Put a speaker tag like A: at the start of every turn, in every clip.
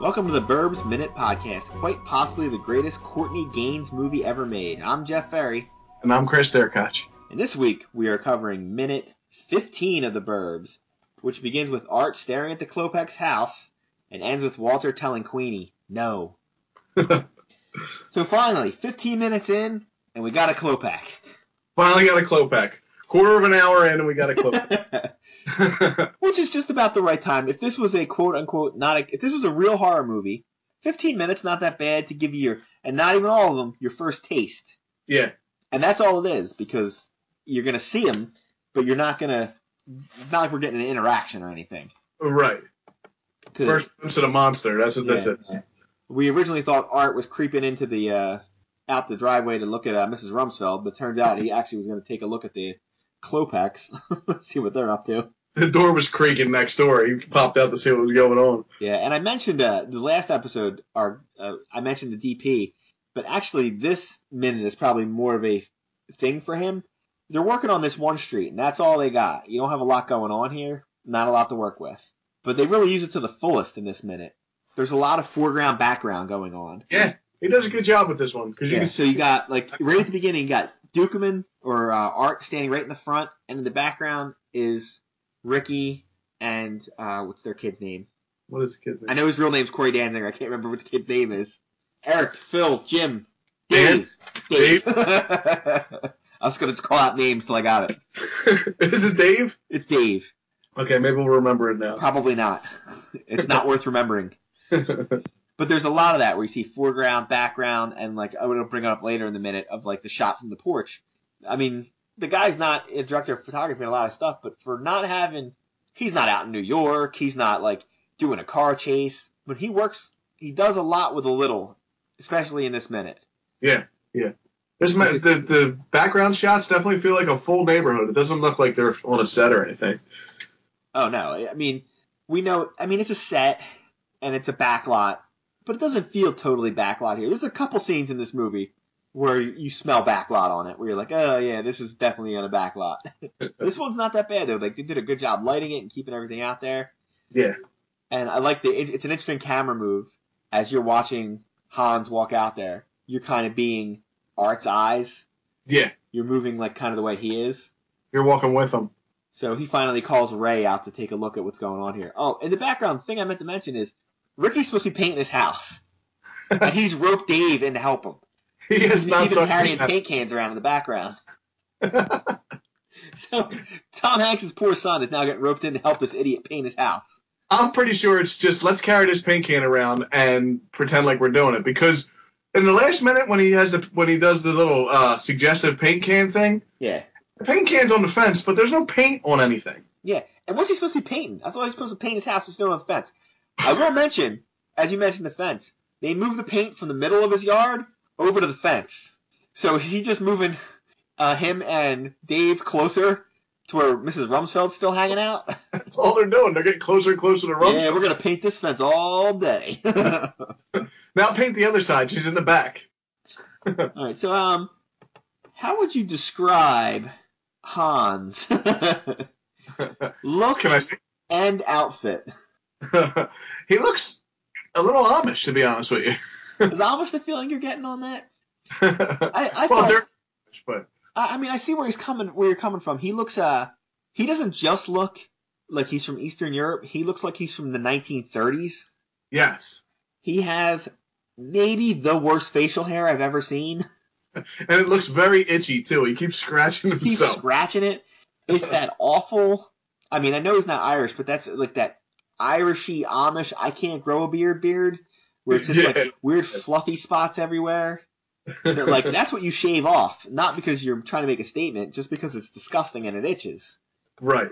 A: Welcome to the Burbs Minute Podcast, quite possibly the greatest Courtney Gaines movie ever made. I'm Jeff Ferry,
B: And I'm Chris Derkach.
A: and this week we are covering minute 15 of the Burbs, which begins with Art staring at the Klopex house and ends with Walter telling Queenie, no. so finally, 15 minutes in, and we got a Klopak.
B: Finally got a Klopak. Quarter of an hour in and we got a Klopak.
A: Which is just about the right time. If this was a quote unquote not a, if this was a real horror movie, 15 minutes not that bad to give you your and not even all of them your first taste.
B: yeah.
A: And that's all it is because you're gonna see them, but you're not gonna. It's not like we're getting an interaction or anything.
B: Right.
A: 'Cause
B: First glimpse of the monster. That's what this
A: Yeah.
B: is.
A: we originally thought Art was creeping into the uh, out the driveway to look at uh, Mrs. Rumsfeld, but turns out he actually was gonna take a look at the Klopex, see what they're up to.
B: The door was creaking next door. He popped out to see what was going on.
A: Yeah, and I mentioned uh, the last episode, our uh, I mentioned the DP, but actually this minute is probably more of a thing for him. They're working on this one street, and that's all they got. You don't have a lot going on here, not a lot to work with, but they really use it to the fullest in this minute. There's a lot of foreground background going on.
B: He does a good job with this one because you
A: Yeah,
B: can
A: so you got like right at the beginning, you got Dukeman or uh, Art standing right in the front, and in the background is Ricky and uh, what's their kid's name?
B: what is the kid's
A: I
B: name?
A: know his real name's Corey Danziger. I can't remember what the kid's name is. Eric, Phil, Jim,
B: Dan?
A: Dave. Dave. I was going to call out names till I got it.
B: is it Dave?
A: It's Dave.
B: Okay, maybe we'll remember it now.
A: Probably not. It's not worth remembering. But there's a lot of that where you see foreground, background, and like I would bring it up later in the minute of like the shot from the porch. I mean, the guy's not a director of photography and a lot of stuff, but for not having, he's not out in New York. He's not like doing a car chase. But he works, he does a lot with a little, especially in this minute.
B: There's my, the the background shots definitely feel like a full neighborhood. It doesn't look like they're on a set or anything.
A: Oh no, I mean, we know. I mean, it's a set and it's a backlot, but it doesn't feel totally backlot here. There's a couple scenes in this movie where you smell backlot on it, where you're like, oh yeah, this is definitely on a backlot. this one's not that bad though. Like they did a good job lighting it and keeping everything out there.
B: Yeah.
A: And I like the. it- It's an interesting camera move as you're watching Hans walk out there. You're kind of being Art's eyes.
B: Yeah,
A: You're moving like kind of the way he is.
B: you're walking with them.
A: So he finally calls Ray out to take a look at what's going on here. Oh, in the background, the thing I meant to mention is Ricky's supposed to be painting his house. and he's roped Dave in to help him.
B: He is
A: You
B: not
A: see them
B: sorry.
A: carrying paint cans around in the background. so Tom Hanks' poor son is now getting roped in to help this idiot paint his house.
B: I'm pretty sure it's just let's carry this paint can around and pretend like we're doing it because in the last minute when he has the when he does the little uh, suggestive paint can thing,
A: Yeah.
B: the paint can's on the fence, but there's no paint on anything.
A: And what's he supposed to be painting? I thought he was supposed to paint his house with snow on the fence. I will mention, as you mentioned the fence, they moved the paint from the middle of his yard over to the fence. So he just moving uh, him and Dave closer to where Mrs. Rumsfeld's still hanging out.
B: That's all they're doing. They're getting closer and closer to Rump.
A: Yeah, we're gonna paint this fence all day. all
B: Now paint the other side. She's in the back.
A: right, so um, how would you describe Hans? Look
B: Can I see?
A: and outfit.
B: he looks a little Amish to be honest with you.
A: Is Amish the feeling you're getting on that? I, I
B: well,
A: thought-
B: they're Amish, but
A: I, I mean, I see where he's coming, where you're coming from. He looks, uh, he doesn't just look like he's from Eastern Europe. He looks like he's from the 1930s.
B: yes.
A: He has maybe the worst facial hair I've ever seen.
B: And it looks very itchy too. He keeps scratching
A: He's
B: himself.
A: scratching it. It's that awful. I mean, I know he's not Irish, but that's like that Irishy Amish. I can't grow a beard, beard, where it's just
B: Yeah.
A: like weird fluffy spots everywhere. But, like that's what you shave off, not because you're trying to make a statement, just because it's disgusting and it itches.
B: right.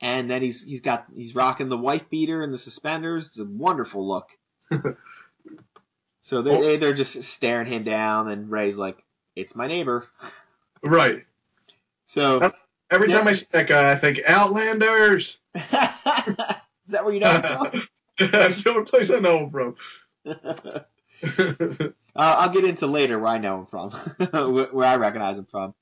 A: and then he's he's got he's rocking the wife beater and the suspenders. It's a wonderful look. so they're they- they're just staring him down, and Ray's like, "It's my neighbor."
B: Right.
A: So
B: Every
A: Yeah.
B: time I see that guy, I think Outlanders.
A: is that where you know him from?
B: That's the only place I know him from.
A: Uh, I'll get into later where I know him from, where where I recognize him from.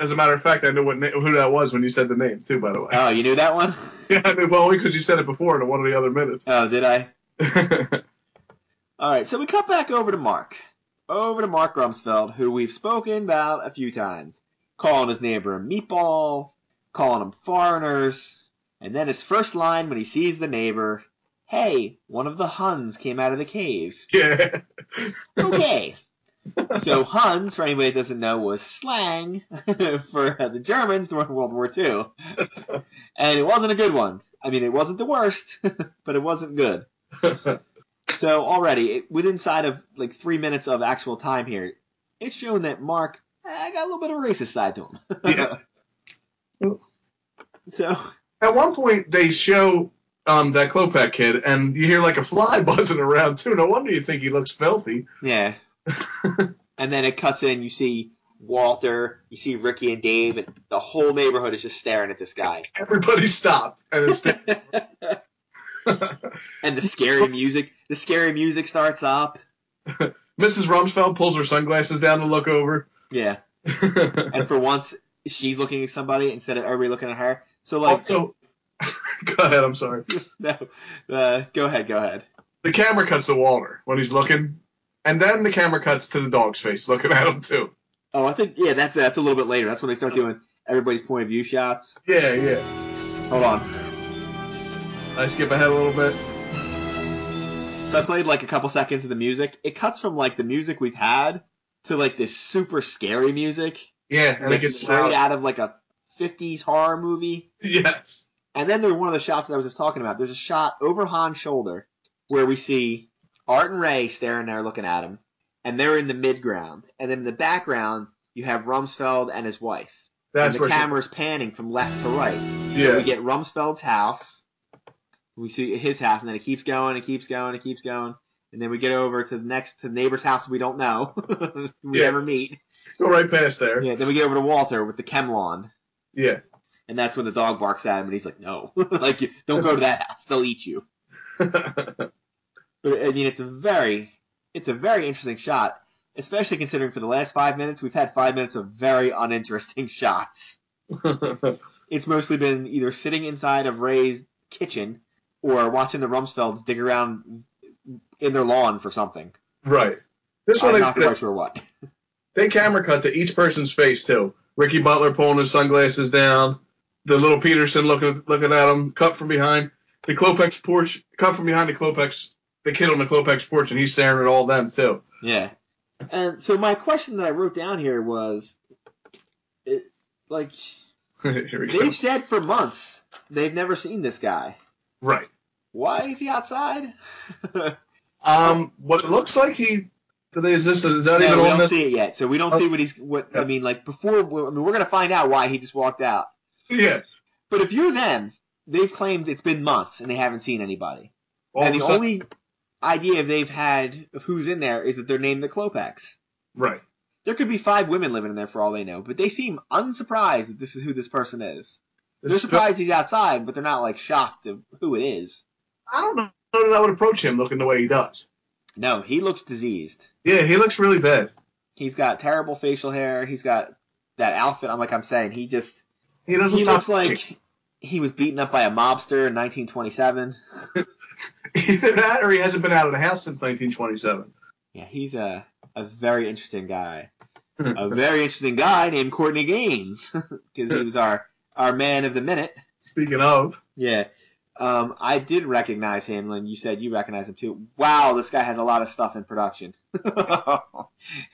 B: As a matter of fact, I knew what na- who that was when you said the name too. By the way,
A: Oh, you knew that one?
B: yeah, I knew well because you said it before in one of the other minutes.
A: Oh, did I? All right, so we cut back over to Mark. Over to Mark Rumsfeld, who we've spoken about a few times. Calling his neighbor a meatball, calling him foreigners, and then his first line when he sees the neighbor Hey, one of the Huns came out of the cave.
B: yeah.
A: Okay. so, Huns, for anybody that doesn't know, was slang for uh, the Germans during World War II. And it wasn't a good one. I mean, it wasn't the worst, but it wasn't good. So already, it, within inside of like three minutes of actual time here, it's showing that Mark eh, I got a little bit of a racist side to him.
B: yeah.
A: So
B: At one point, they show um, that Klopek kid, and you hear like a fly buzzing around too. No wonder you think he looks filthy.
A: yeah, and then it cuts in. You see Walter, you see Ricky and Dave, and the whole neighborhood is just staring at this guy.
B: Everybody stopped, and it's
A: And the scary music, the scary music starts up.
B: Mrs. Rumsfeld pulls her sunglasses down to look over.
A: Yeah, and for once, she's looking at somebody instead of everybody looking at her. So like,
B: also, go ahead. I'm sorry.
A: no, uh, go ahead, go ahead.
B: The camera cuts to Walter when he's looking, and then the camera cuts to the dog's face looking at him too.
A: Oh, I think yeah, that's that's a little bit later. That's when they
B: Oh.
A: start doing everybody's point of view shots.
B: Yeah, yeah.
A: Hold on.
B: I skip ahead a little bit.
A: So I played like a couple seconds of the music. It cuts from like the music we've had to like this super scary music,
B: Yeah, and it
A: like,
B: gets
A: straight out of like a '50s horror movie.
B: Yes.
A: And then there's one of the shots that I was just talking about. There's a shot over Han's shoulder where we see Art and Ray staring there looking at him, and they're in the midground. And then in the background you have Rumsfeld and his wife. and
B: That's
A: the
B: where she-
A: camera's panning from left to right.
B: yeah.
A: we get Rumsfeld's house. We see his house, and then it keeps going, it keeps going, it keeps going, and then we get over to the next to the neighbor's house we don't know, we
B: Yeah.
A: never meet.
B: Go right past there. Yeah.
A: Yeah, then we get over to Walter with the Kemlon, and that's when the dog barks at him, and he's like, "No, like you- don't go to that house; they'll eat you." But I mean, it's a very, it's a very interesting shot, especially considering for the last five minutes we've had five minutes of very uninteresting shots. it's mostly been either sitting inside of Ray's kitchen or watching the Rumsfelds dig around in their lawn for something.
B: right. This one
A: I'm
B: they,
A: not quite sure what.
B: they camera cut to each person's face too. Ricky Butler pulling his sunglasses down. The little Peterson looking looking at him, cut from behind. The Klopex porch, cut from behind the Klopex, the kid on the Klopex porch, and he's staring at all them too.
A: Yeah. And so my question that I wrote down here was, it, like
B: Here we go.
A: they've said for months they've never seen this guy.
B: Right.
A: Why is he outside?
B: Um, what it looks like he is this is that
A: No,
B: even
A: we
B: on
A: don't
B: this?
A: see it yet, so we don't
B: Oh.
A: see what he's. What
B: Yeah.
A: I mean, like before, I mean, we're gonna find out why he just walked out.
B: Yeah.
A: But if you're them, they've claimed it's been months and they haven't seen anybody.
B: All
A: and
B: of a
A: the
B: sudden-
A: only idea they've had of who's in there is that they're named the Klopex.
B: right.
A: There could be five women living in there for all they know, but they seem unsurprised that this is who this person is. They're
B: This-
A: surprised he's outside, but they're not like shocked of who it is.
B: I don't know that I would approach him looking the way he does.
A: No, he looks diseased.
B: Yeah, he looks really bad.
A: He's got terrible facial hair. He's got that outfit. I'm like I'm saying, he just
B: He doesn't
A: he looks
B: stop
A: like he was beaten up by a mobster in 1927.
B: Either that or he hasn't been out of the house since 1927.
A: Yeah, he's a a very interesting guy. a very interesting guy named Courtney Gaines because he was our our man of the minute.
B: Speaking of,
A: Yeah, um, I did recognize him, and you said you recognize him too. Wow, this guy has a lot of stuff in production.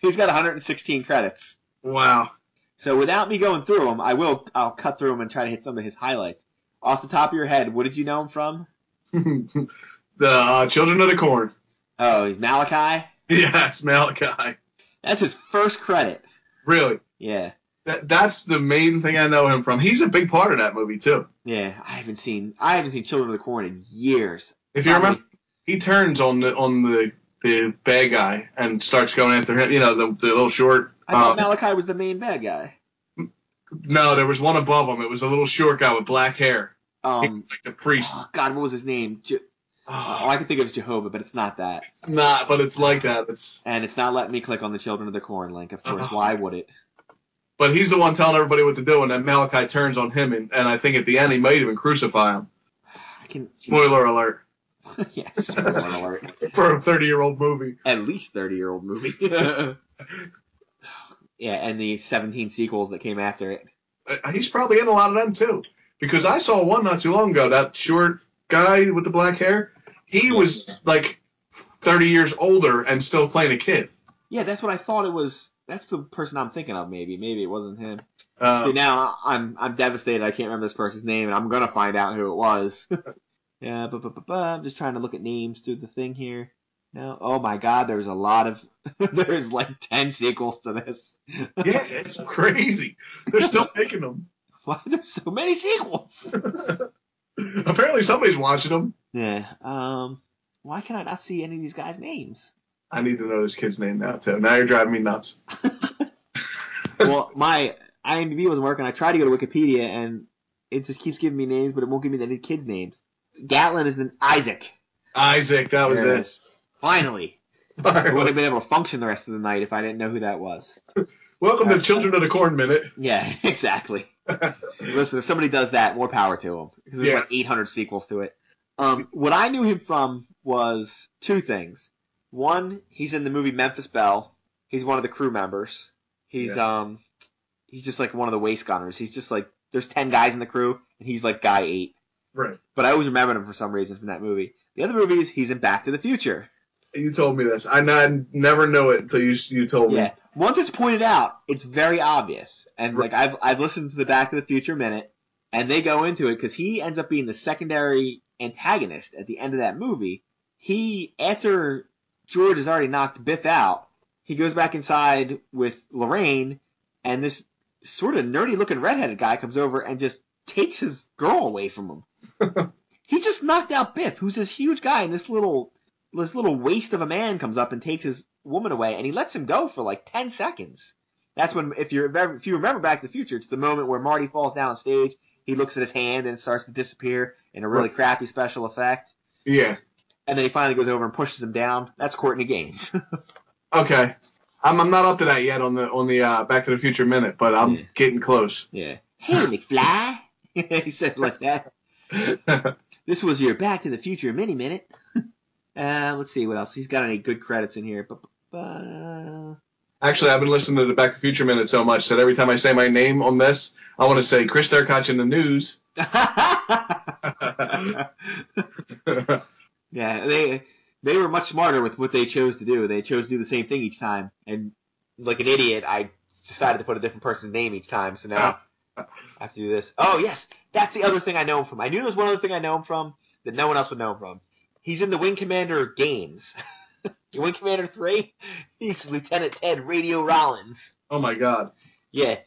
A: He's got 116 credits.
B: wow.
A: So without me going through them, I will. I'll cut through them and try to hit some of his highlights. Off the top of your head, what did you know him from?
B: the uh, Children of the Corn.
A: Oh, he's Malachi.
B: Yes, Malachi.
A: That's his first credit.
B: Really.
A: Yeah,
B: That, that's the main thing I know him from. He's a big part of that movie, too.
A: yeah. I haven't seen. I haven't seen Children of the Corn in years.
B: If you
A: Probably.
B: remember, he turns on the on the, the bad guy and starts going after him, you know, the, the little short.
A: I thought
B: uh,
A: Malachi was the main bad guy.
B: no, there was one above him. It was a little short guy with black hair,
A: Um, uh,
B: like the priest.
A: oh, God, what was his name? Je- all
B: Oh,
A: I can think of is Jehovah, but it's not that.
B: it's not, but it's like that. It's
A: And it's not letting me click on the Children of the Corn link, of course.
B: Uh-huh.
A: Why would it?
B: But he's the one telling everybody what to do, and then Malachi turns on him, and, and I think at the end he might even crucify him.
A: I can.
B: Spoiler alert.
A: yes, spoiler alert.
B: for a 30 year old movie.
A: At least thirty year old movie.
B: I-
A: Yeah, and the seventeen sequels that came after it.
B: Uh, He's probably in a lot of them too, because I saw one not too long ago. That short guy with the black hair, he was like 30 years older and still playing a kid.
A: Yeah, that's what I thought it was. That's the person I'm thinking of. Maybe, maybe it wasn't him.
B: Uh,
A: See, now I'm I'm devastated. I can't remember this person's name, and I'm gonna find out who it was. yeah, but, but, but, but I'm just trying to look at names through the thing here. No, oh my God, there's a lot of there's like ten sequels to this.
B: yeah, it's crazy. They're still making them.
A: Why are there so many sequels?
B: Apparently, somebody's watching them.
A: yeah. Um. Why can I not see any of these guys' names?
B: I need to know this kid's name now too. Now you're driving me nuts.
A: well, my IMDb wasn't working. I tried to go to Wikipedia, and it just keeps giving me names, but it won't give me any kids' names. Gatlin is an Isaac.
B: Isaac, that was it.
A: Yes. Finally, I would
B: Finally.
A: have been able to function the rest of the night if I didn't know who that was.
B: Welcome to Children of the Corn Minute.
A: Yeah, exactly. Listen, if somebody does that, more power to them because there's
B: Yeah.
A: like 800 sequels to it. Um, what I knew him from was two things. One, he's in the movie Memphis Belle. He's one of the crew members. He's um, he's just like one of the waist gunners. He's just like there's ten guys in the crew, and he's like guy eight.
B: Right.
A: But I always remembered him for some reason from that movie. The other movie is he's in Back to the Future.
B: You told me this. I, n- I never knew it until you you told me.
A: Yeah. Once it's pointed out, it's very obvious. And
B: Right.
A: like I've I've listened to the Back to the Future minute, and they go into it because he ends up being the secondary antagonist at the end of that movie. He after George has already knocked Biff out, he goes back inside with Lorraine, and this sort of nerdy looking redheaded guy comes over and just takes his girl away from him. he just knocked out Biff, who's this huge guy, and this little this little waste of a man comes up and takes his woman away, and he lets him go for like ten seconds. That's when, if you remember, if you remember Back to the Future, it's the moment where Marty falls down on stage. He looks at his hand and it starts to disappear in a really crappy special effect,
B: Yeah.
A: and then he finally goes over and pushes him down. That's Courtney Gaines.
B: Okay. I'm, I'm not up to that yet on the on the uh, Back to the Future Minute, but I'm
A: Yeah.
B: getting close.
A: yeah. Hey, McFly. he said like that. This was your Back to the Future mini minute. uh, let's see what else. He's got any good credits in here. Ba-ba-ba.
B: Actually, I've been listening to the Back to the Future Minute so much that every time I say my name on this, I want to say Chris Derkach in the news.
A: Yeah, they they were much smarter with what they chose to do. They chose to do the same thing each time, and like an idiot, I decided to put a different person's name each time. So now I have to do this. Oh yes, that's the other thing I know him from. I knew there was one other thing I know him from that no one else would know him from. He's in the Wing Commander games. Wing Commander Three. He's Lieutenant Ted Radio Rollins.
B: oh my God.
A: Yeah.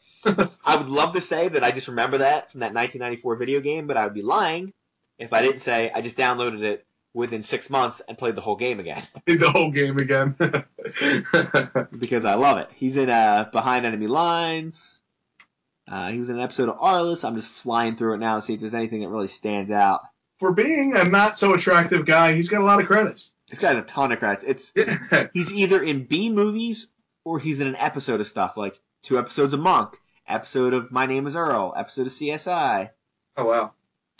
A: I would love to say that I just remember that from that 1994 video game, but I would be lying if I didn't say I just downloaded it within six months and played the whole game again
B: The whole game again.
A: because I love it. He's in uh, Behind Enemy Lines. Uh, he was in an episode of Arliss. I'm just flying through it now to see if there's anything that really stands out.
B: For being a not so attractive guy, he's got a lot of credits.
A: He's got a ton of credits. It's he's either in B movies or he's in an episode of stuff like two episodes of Monk, episode of My Name Is Earl, episode of CSI.
B: Oh wow.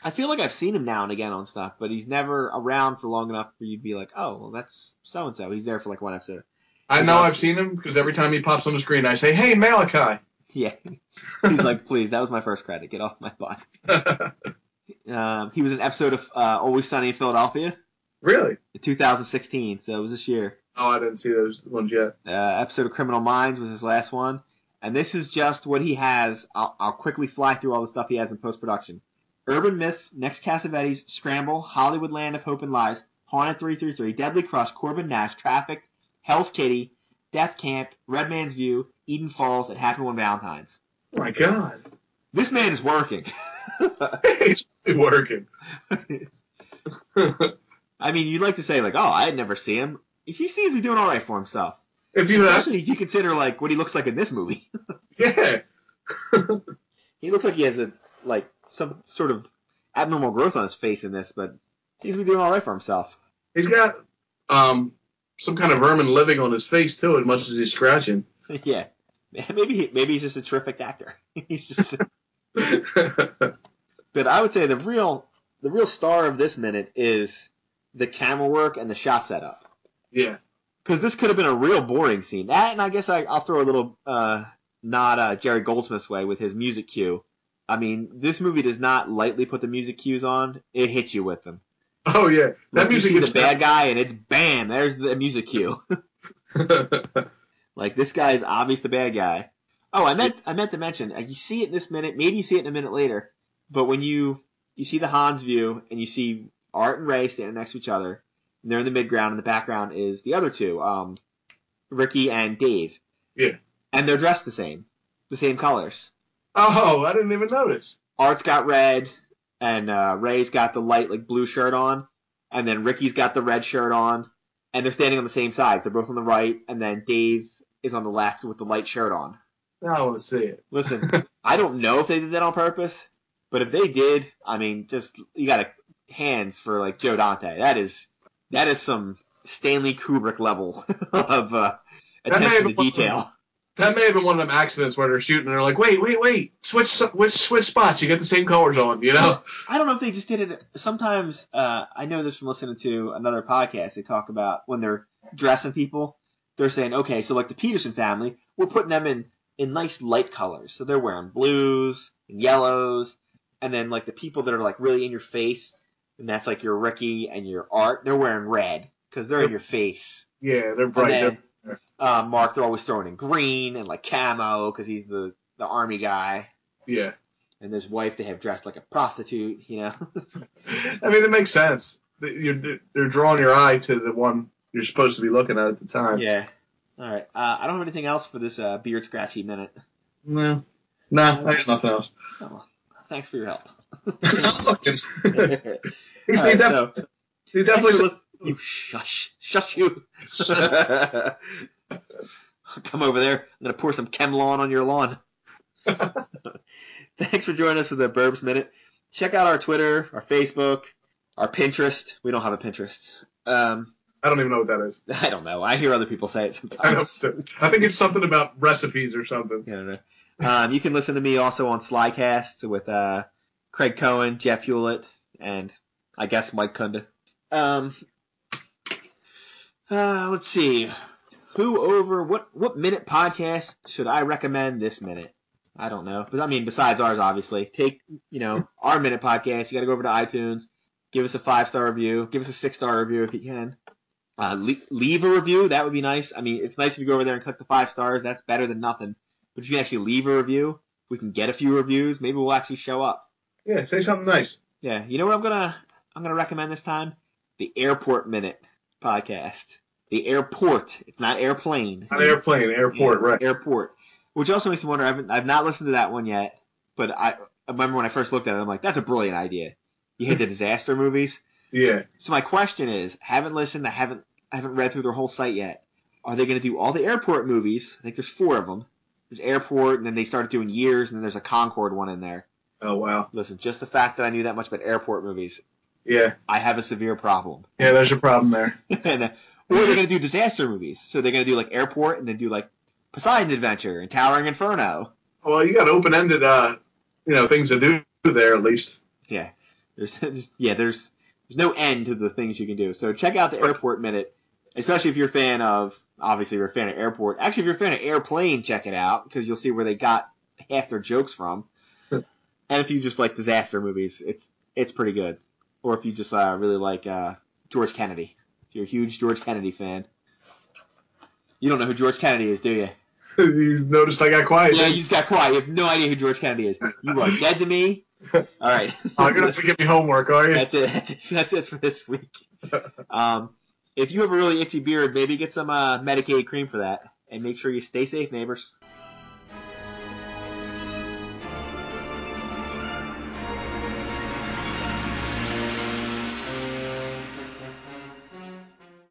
A: I feel like I've seen him now and again on stuff, but he's never around for long enough for you to be like, oh, well, that's so and so. He's there for like one episode.
B: I know I've seen him because every time he pops on the screen, I say, "Hey, Malachi."
A: Yeah. he's like, please, that was my first credit. Get off my butt. Um, he was an episode of uh, Always Sunny in Philadelphia
B: really?
A: in 2016, so it was this year.
B: Oh, I didn't see those ones yet.
A: Uh, episode of Criminal Minds was his last one. And this is just what he has. I'll, I'll quickly fly through all the stuff he has in post production Urban Myths, Next Cassavetes, Scramble, Hollywood Land of Hope and Lies, Haunted 333, Deadly Crush, Corbin Nash, Traffic, Hell's Kitty, Death Camp, Red Man's View, Eden Falls, and Happy One Valentine's.
B: Oh my God.
A: This man is working.
B: he's really working.
A: I mean, you'd like to say, like, oh, I'd never see him. He seems to be doing all right for himself.
B: if you ask,
A: Especially if you consider, like, what he looks like in this movie.
B: yeah.
A: He looks like he has a like some sort of abnormal growth on his face in this, but he's been doing all right for himself.
B: He's got um some kind of vermin living on his face too, as much as he's scratching.
A: yeah, maybe he, maybe he's just a terrific actor. he's just,
B: yeah,
A: but I would say the real the real star of this minute is the camera work and the shot setup.
B: Yeah.
A: Because this could have been a real boring scene. That, and I guess I, I'll throw a little uh, nod uh, Jerry Goldsmith's way with his music cue. I mean, this movie does not lightly put the music cues on; it hits you with them.
B: Oh yeah.
A: Like,
B: That music
A: you see
B: is
A: the bad guy, and it's bam. There's the music cue. like this guy is obvious the bad guy. Oh, I meant I meant to mention. uh, You see it this minute. Maybe you see it in a minute later. But when you you see the Hans view and you see Art and Ray standing next to each other, and they're in the midground, and the background is the other two, um, Ricky and Dave.
B: Yeah.
A: And they're dressed the same, the same colors.
B: oh, I didn't even notice.
A: Art's got red, and uh, Ray's got the light like blue shirt on, and then Ricky's got the red shirt on, and they're standing on the same sides. They're both on the right, and then Dave is on the left with the light shirt on.
B: Now I want to see it.
A: Listen, I don't know if they did that on purpose, but if they did, I mean, just you got to hands for like Joe Dante. That is that is some Stanley Kubrick level of uh,
B: That may
A: attention to
B: have been-
A: detail.
B: That may have been one of them accidents where they're shooting and they're like, wait, wait, wait, switch, s- which switch spots. You get the same colors on, you know?
A: I don't know if they just did it. Sometimes uh, I know this from listening to another podcast. They talk about when they're dressing people, they're saying, okay, so like the Peterson family, we're putting them in in nice light colors, so they're wearing blues and yellows, and then like the people that are like really in your face, and that's like your Ricky and your Art, they're wearing red because they're in your face.
B: Yeah, they're
A: And
B: bright. They're-
A: then, uh, Mark, they're always throwing in green and like camo because he's the the army guy.
B: yeah.
A: And his wife, they have dressed like a prostitute, you know.
B: I mean, it makes sense. They- You're, they're drawing your eye to the one you're supposed to be looking at at the time.
A: Yeah. All right. Uh, I don't have anything else for this uh, beard scratchy minute.
B: No. Nah, I got nothing else.
A: Oh, thanks for your help.
B: I'm looking.
A: All right,
B: He
A: so-
B: definitely, he definitely
A: Thanks for lis- you shush, shush you. Come over there. I'm gonna pour some Kemlon on your lawn. thanks for joining us for the Burbs Minute. Check out our Twitter, our Facebook, our Pinterest. We don't have a Pinterest. Um,
B: I don't even know what that is.
A: I don't know. I hear other people say it
B: I, don't,
A: sometimes.
B: I think it's something about recipes or something.
A: I don't know. Um, you can listen to me also on Slycast with uh, Craig Cohen, Jeff Hewlett, and I guess Mike Kunda. Um, uh, let's see. Who over what what minute podcast should I recommend this minute? I don't know, but I mean besides ours, obviously. Take you know our minute podcast. You got to go over to iTunes, give us a five star review, give us a six star review if you can. Uh, le- leave a review. That would be nice. I mean, it's nice if you go over there and click the five stars. That's better than nothing but you can actually leave a review. We can get a few reviews. Maybe we'll actually show up.
B: Yeah, say something nice.
A: Yeah, you know what I'm gonna I'm gonna recommend this time? The Airport Minute podcast. The airport. It's not airplane.
B: An airplane, airport, right?
A: Airport. Which also makes me wonder. I haven't, I've not listened to that one yet, but I, I remember when I first looked at it, I'm like, that's a brilliant idea. You hate the disaster movies.
B: Yeah.
A: So my question is, haven't listened, I haven't, I haven't read through their whole site yet. Are they going to do all the airport movies? I think there's four of them. There's airport, and then they started doing years, and then there's a Concord one in there.
B: Oh wow.
A: Listen, just the fact that I knew that much about airport movies,
B: Yeah.
A: I have a severe problem.
B: Yeah, there's a problem there.
A: and, uh, or they're going to do disaster movies. So they're going to do like airport, and then do like Poseidon Adventure and Towering Inferno.
B: Well, you got open ended uh you know, things to do there at least.
A: Yeah, there's, there's yeah there's there's no end to the things you can do. So check out the airport minute, especially if you're a fan of obviously if you're a fan of airport. Actually, if you're a fan of airplane, check it out because you'll see where they got half their jokes from. and if you just like disaster movies, it's it's pretty good. Or if you just uh, really like uh, George Kennedy, if you're a huge George Kennedy fan. You don't know who George Kennedy is, do you?
B: you noticed I got quiet.
A: Yeah,
B: didn't
A: you just got quiet. You have no idea who George Kennedy is. You are dead to me. All right.
B: Oh, you're gonna have to give me homework, are you?
A: That's it. That's it, that's it for this week. Um, if you have a really itchy beard, maybe get some uh, Medicaid cream for that, and make sure you stay safe, neighbors.